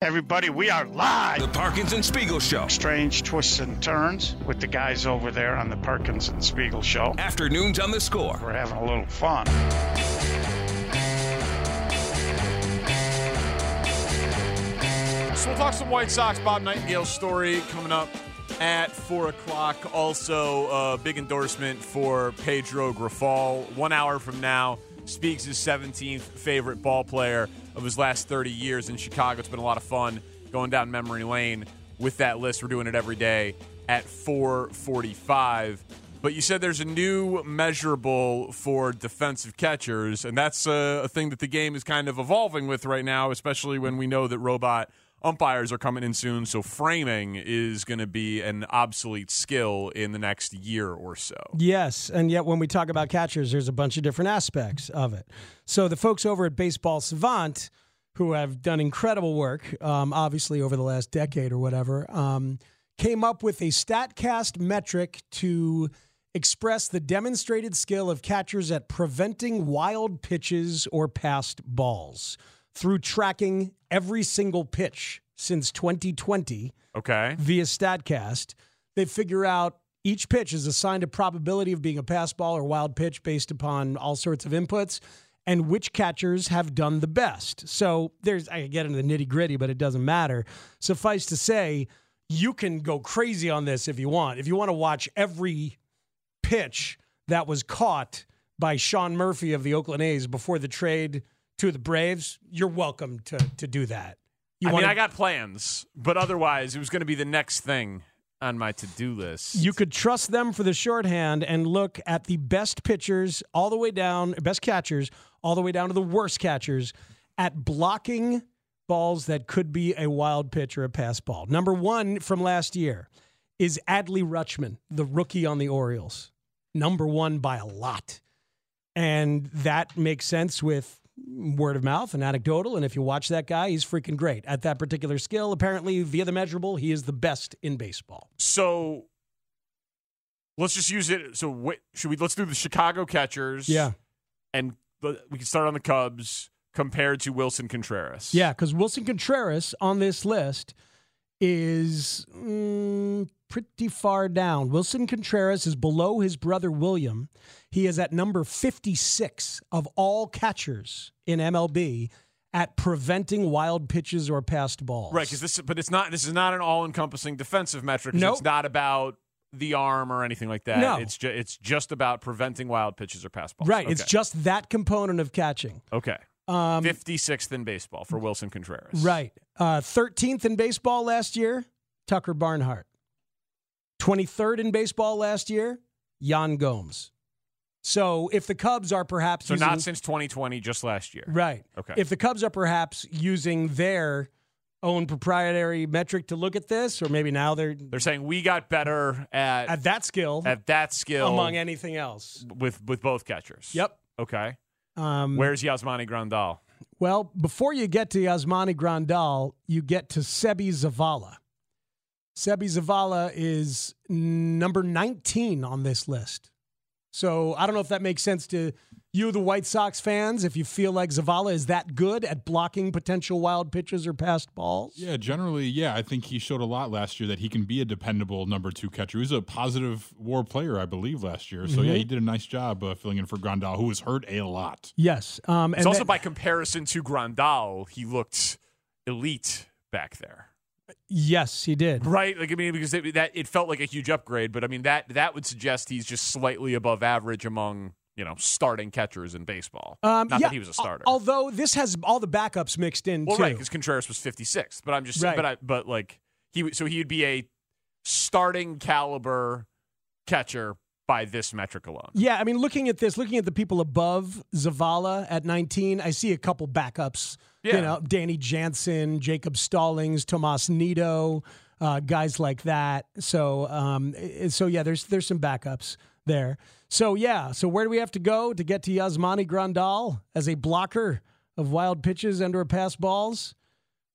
Everybody, we are live. The Parkinson Spiegel Show. Strange twists and turns with the guys over there on the Parkinson Spiegel Show. Afternoons on the score. We're having a little fun. So we'll talk some White Sox. Bob Nightingale's story coming up at four o'clock. Also, a big endorsement for Pedro Grafal. One hour from now, speaks his 17th favorite ball player of his last 30 years in Chicago. It's been a lot of fun going down memory lane with that list. We're doing it every day at 4:45. But you said there's a new measurable for defensive catchers, and that's a, a thing that the game is kind of evolving with right now, especially when we know that robot umpires are coming in soon. So framing is going to be an obsolete skill in the next year or so. Yes, and yet when we talk about catchers, there's a bunch of different aspects of it. So the folks over at Baseball Savant, who have done incredible work, um, obviously over the last decade or whatever, um, came up with a Statcast metric to express the demonstrated skill of catchers at preventing wild pitches or passed balls through tracking every single pitch since 2020 Okay. via Statcast. They figure out each pitch is assigned a probability of being a pass ball or wild pitch based upon all sorts of inputs and which catchers have done the best. So there's, I could get into the nitty gritty, but it doesn't matter. Suffice to say, you can go crazy on this if you want. If you want to watch every pitch that was caught by Sean Murphy of the Oakland A's before the trade to the Braves, you're welcome to, to do that. You I wanna- mean, I got plans, but otherwise, it was going to be the next thing on my to-do list. You could trust them for the shorthand and look at the best pitchers all the way down, best catchers all the way down to the worst catchers at blocking balls that could be a wild pitch or a pass ball. Number one from last year is Adley Rutschman, the rookie on the Orioles. Number one by a lot. And that makes sense with word of mouth and anecdotal. And if you watch that guy, he's freaking great at that particular skill. Apparently, via the measurable, he is the best in baseball. so let's just use it. So wait, should we? Let's do the Chicago catchers. Yeah. and the- we can start on the Cubs compared to Wilson Contreras. Yeah, because Wilson Contreras on this list is mm, pretty far down. Wilson Contreras is below his brother William. He is at number 56 of all catchers in MLB at preventing wild pitches or passed balls. right. Because this, but it's not. This is not an all-encompassing defensive metric. 'cause Nope. It's not about the arm or anything like that. No. It's just it's just about preventing wild pitches or pass balls. Right, Okay. it's just that component of catching. okay. Um, Fifty-sixth in baseball for Wilson Contreras. Right. Uh, 13th in baseball last year, Tucker Barnhart. 23rd in baseball last year, Jan Gomes. So if the Cubs are perhaps So using, not since 2020, just last year. right. Okay. If the Cubs are perhaps using their own proprietary metric to look at this, or maybe now they're They're saying we got better at at, at that skill that skill among anything else. with with both catchers. Yep. Okay. Um, Where's Yasmani Grandal? Well, before you get to Yasmani Grandal, you get to Sebi Zavala. Sebi Zavala is number 19 on this list. So I don't know if that makes sense to you, the White Sox fans, if you feel like Zavala is that good at blocking potential wild pitches or passed balls. Yeah, generally, yeah. I think he showed a lot last year that he can be a dependable number two catcher. He was a positive WAR player, I believe, last year. So Mm-hmm. yeah, he did a nice job uh, filling in for Grandal, who was hurt a lot. Yes. Um, and It's also then- by comparison to Grandal, he looked elite back there. yes, he did. Right? Like I mean, because it, that it felt like a huge upgrade, but I mean that that would suggest he's just slightly above average among you know starting catchers in baseball. Um, Not yeah, that he was a al- starter. although this has all the backups mixed in well, too. right, because Contreras was 56th, but I'm just Right. but I but like he would- so he would be a starting caliber catcher by this metric alone. Yeah, I mean, looking at this, looking at the people above Zavala at 19, I see a couple backups Yeah. You know, Danny Jansen, Jacob Stallings, Tomas Nito, uh, guys like that. So, um, i- so yeah, there's there's some backups there. So yeah, so where do we have to go to get to Yasmani Grandal as a blocker of wild pitches and or pass balls?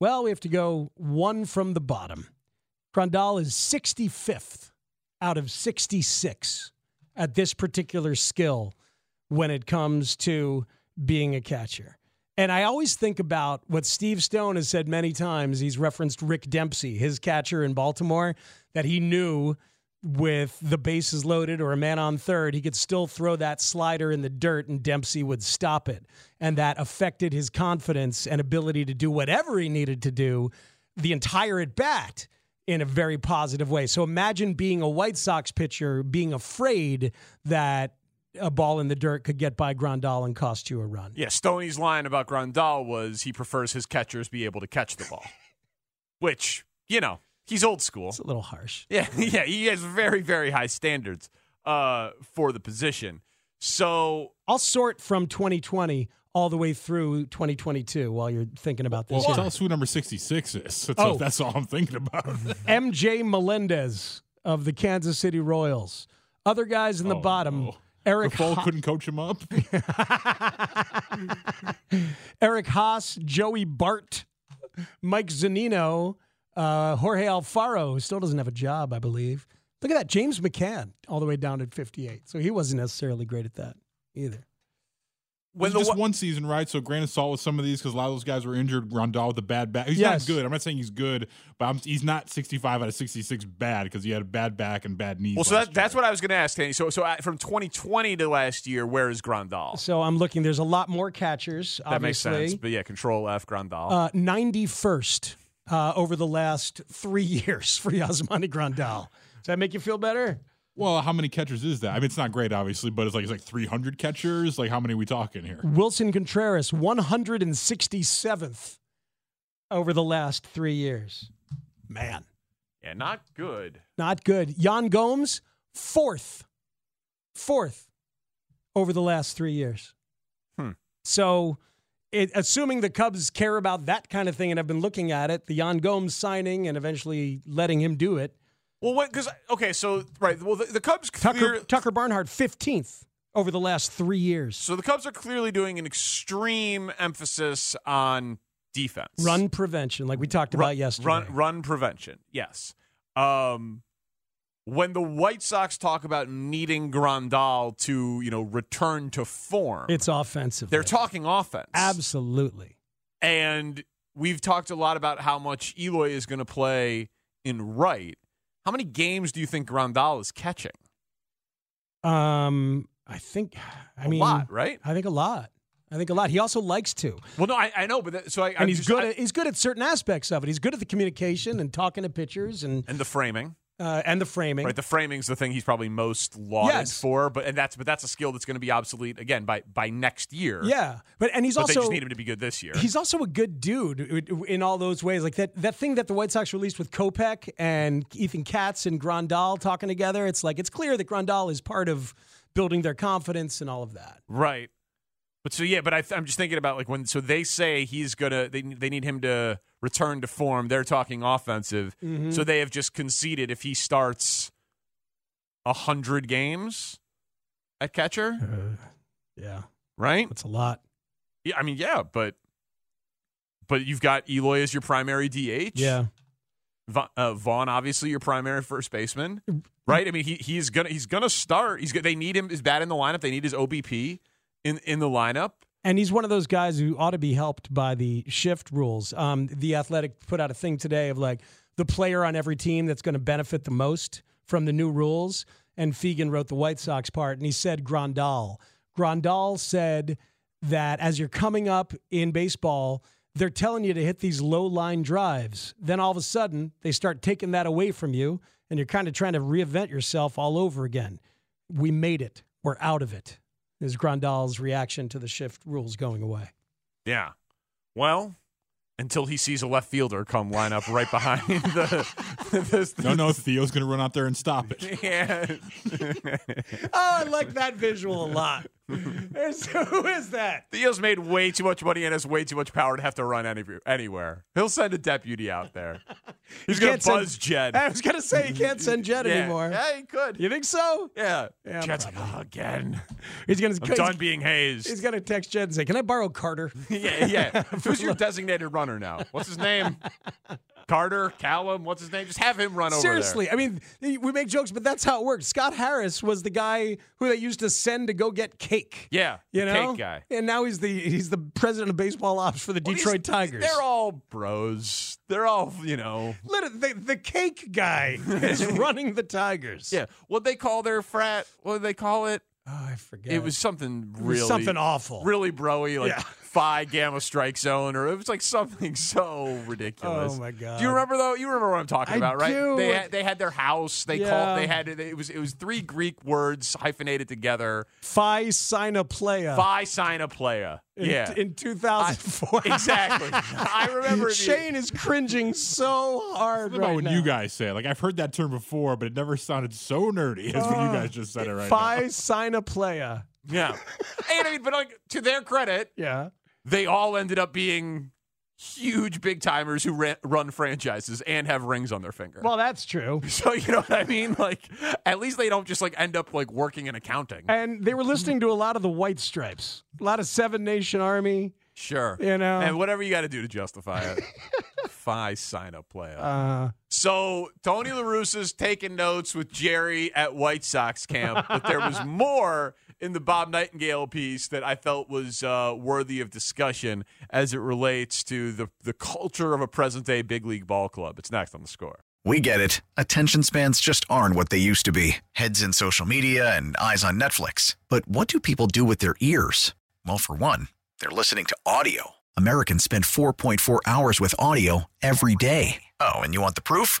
Well, we have to go one from the bottom. Grandal is 65th out of 66 at this particular skill when it comes to being a catcher. And I always think about what Steve Stone has said many times. He's referenced Rick Dempsey, his catcher in Baltimore, that he knew with the bases loaded or a man on third, he could still throw that slider in the dirt and Dempsey would stop it. And that affected his confidence and ability to do whatever he needed to do the entire at bat in a very positive way. So imagine being a White Sox pitcher being afraid that a ball in the dirt could get by Grandal and cost you a run. Yeah, Stoney's line about Grandal was he prefers his catchers be able to catch the ball, which you know he's old school. It's a little harsh. Yeah, yeah, he has very very high standards uh, for the position. So I'll sort from 2020 all the way through 2022 while you're thinking about this. Well, here. tell us who number 66 is. That's, Oh. that's all I'm thinking about. MJ Melendez of the Kansas City Royals. Other guys in the Oh, bottom. no. Eric Paul Ho- couldn't coach him up. Eric Haas, Joey Bart, Mike Zanino, uh, Jorge Alfaro, who still doesn't have a job, I believe. Look at that, James McCann, all the way down at 58. So he wasn't necessarily great at that either. when It was the just one season, right? So grain of salt with some of these because a lot of those guys were injured. Rondal with a bad back. He's Yes. not good. I'm not saying he's good, but I'm, he's not 65 out of 66 bad because he had a bad back and bad knees. well, so last that, that's year. what I was going to ask, Danny. So so I, from 2020 to last year, where is Grandal? So I'm looking. There's a lot more catchers, That makes obviously. sense. But yeah, Control F Grandal. Uh, 91st uh, over the last three years for Yasmani Grandal. Does that make you feel better? Well, how many catchers is that? I mean, it's not great, obviously, but it's like it's like 300 catchers. Like, how many are we talking here? Wilson Contreras, 167th over the last three years. Man, yeah, not good. not good. Jan Gomes, fourth, fourth over the last three years. Hmm. So, it, assuming the Cubs care about that kind of thing and have been looking at it, the Jan Gomes signing and eventually letting him do it. Well, what? Because okay, so right. Well, the, the Cubs Tucker, clear, Tucker Barnhart, 15th over the last three years. So the Cubs are clearly doing an extreme emphasis on defense, Run prevention, like we talked about yesterday. run, run prevention. Yes. Um, when the White Sox talk about needing Grandal to, you know, return to form, It's offensive. they're talking offense. Absolutely. And we've talked a lot about how much Eloy is going to play in right. How many games do you think Grandal is catching? Um, I think, I A mean, lot, right? I think a lot. I think a lot. He also likes to, Well, no, I, I know, but that, so I and he's good. at, he's good at certain aspects of it. He's good at the communication and talking to pitchers and and the framing. uh, and the framing. Right, the framing's the thing he's probably most lauded Yes. for, but and that's but that's a skill that's going to be obsolete again by by next year. yeah, but and he's but also they just need him to be good this year. He's also a good dude in all those ways. Like that that thing that the White Sox released with Kopech and Ethan Katz and Grandal talking together. It's like it's clear that Grandal is part of building their confidence and all of that. right, but so yeah, but I, I'm just thinking about like when so they say he's gonna they they need him to return to form. They're talking offensive, Mm-hmm. Mm-hmm. Mm. so they have just conceded if he starts a hundred games at catcher, Uh, yeah, right? that's a lot. Yeah, I mean, yeah, but but you've got Eloy as your primary DH. Yeah, Va- uh, Vaughn, obviously your primary first baseman, Mm, right? I mean, he he's gonna he's gonna start. He's go- they need him. His bat in the lineup. They need his OBP in in the lineup. and he's one of those guys who ought to be helped by the shift rules. Um, the Athletic put out a thing today of like the player on every team that's going to benefit the most from the new rules. And Fegan wrote the White Sox part, and he said Grandal. Grandal said that as you're coming up in baseball, they're telling you to hit these low line drives. Then all of a sudden, they start taking that away from you, and you're kind of trying to reinvent yourself all over again. We made it. We're out of it. Is Grandal's reaction to the shift rules going away? Yeah. Well, until he sees a left fielder come line up right behind the. the, No, no, Theo's going to run out there and stop it. Yeah. Ah, Oh, I like that visual a lot. There's- who is that? The Eels made way too much money and has way too much power to have to run any, anywhere. He'll send a deputy out there. He's You going can't to buzz send- Jed. I was gonna say you can't send Jed yeah. anymore. Yeah, he could. You think so? Yeah. Yeah, Jed's like, oh, again. He's gonna I'm done being hazed. he's gonna text Jed and say, "Can I borrow Carter?" yeah, yeah. Who's your designated runner now? What's his name? Carter, Callum, what's his name? Just have him run over there. Seriously, I mean, we make jokes, but that's how it worked. Scott Harris was the guy who they used to send to go get cake. Yeah, you the know, cake guy. and now he's the he's the president of baseball ops for the Well, these- Detroit Tigers. They're all bros. They're all, you know. Lit- the, the cake guy is running the Tigers. Yeah. What they call their frat? What do they call it? oh, I forget. It was something It was really something awful. really broy, like Yeah. phi gamma strike zone, or it was like something so ridiculous. Oh, my God. Do you remember though? You remember what I'm talking I about, right? do. They had, they had their house. They Yeah. called. They had it was it was three Greek words hyphenated together. Phi Sina Playa. Phi sign a playa. in, Yeah. in 2004. exactly. I remember the- Shane is cringing so hard What right about when now. you guys say it? Like I've heard that term before, but it never sounded so nerdy as when Uh, you guys just said it right Phi Sina Playa. Yeah. and I mean, but like to their credit, Yeah. they all ended up being huge big timers who ran, run franchises and have rings on their finger. Well, that's true. so you know what I mean? Like, at least they don't just like end up like working in accounting. And they were listening to a lot of the White Stripes, a lot of Seven Nation Army. Sure. You know. And whatever you got to do to justify it. Phi sign up player. Uh, so Tony LaRusso's taking notes with Jerry at White Sox camp, but there was more in the Bob Nightingale piece that I felt was uh, worthy of discussion as it relates to the, the culture of a present day big league ball club. It's next on the score. We get it. Attention spans just aren't what they used to be heads in social media and eyes on Netflix. But what do people do with their ears? Well, for one, they're listening to audio. Americans spend 4.4 hours with audio every day. Oh, and you want the proof?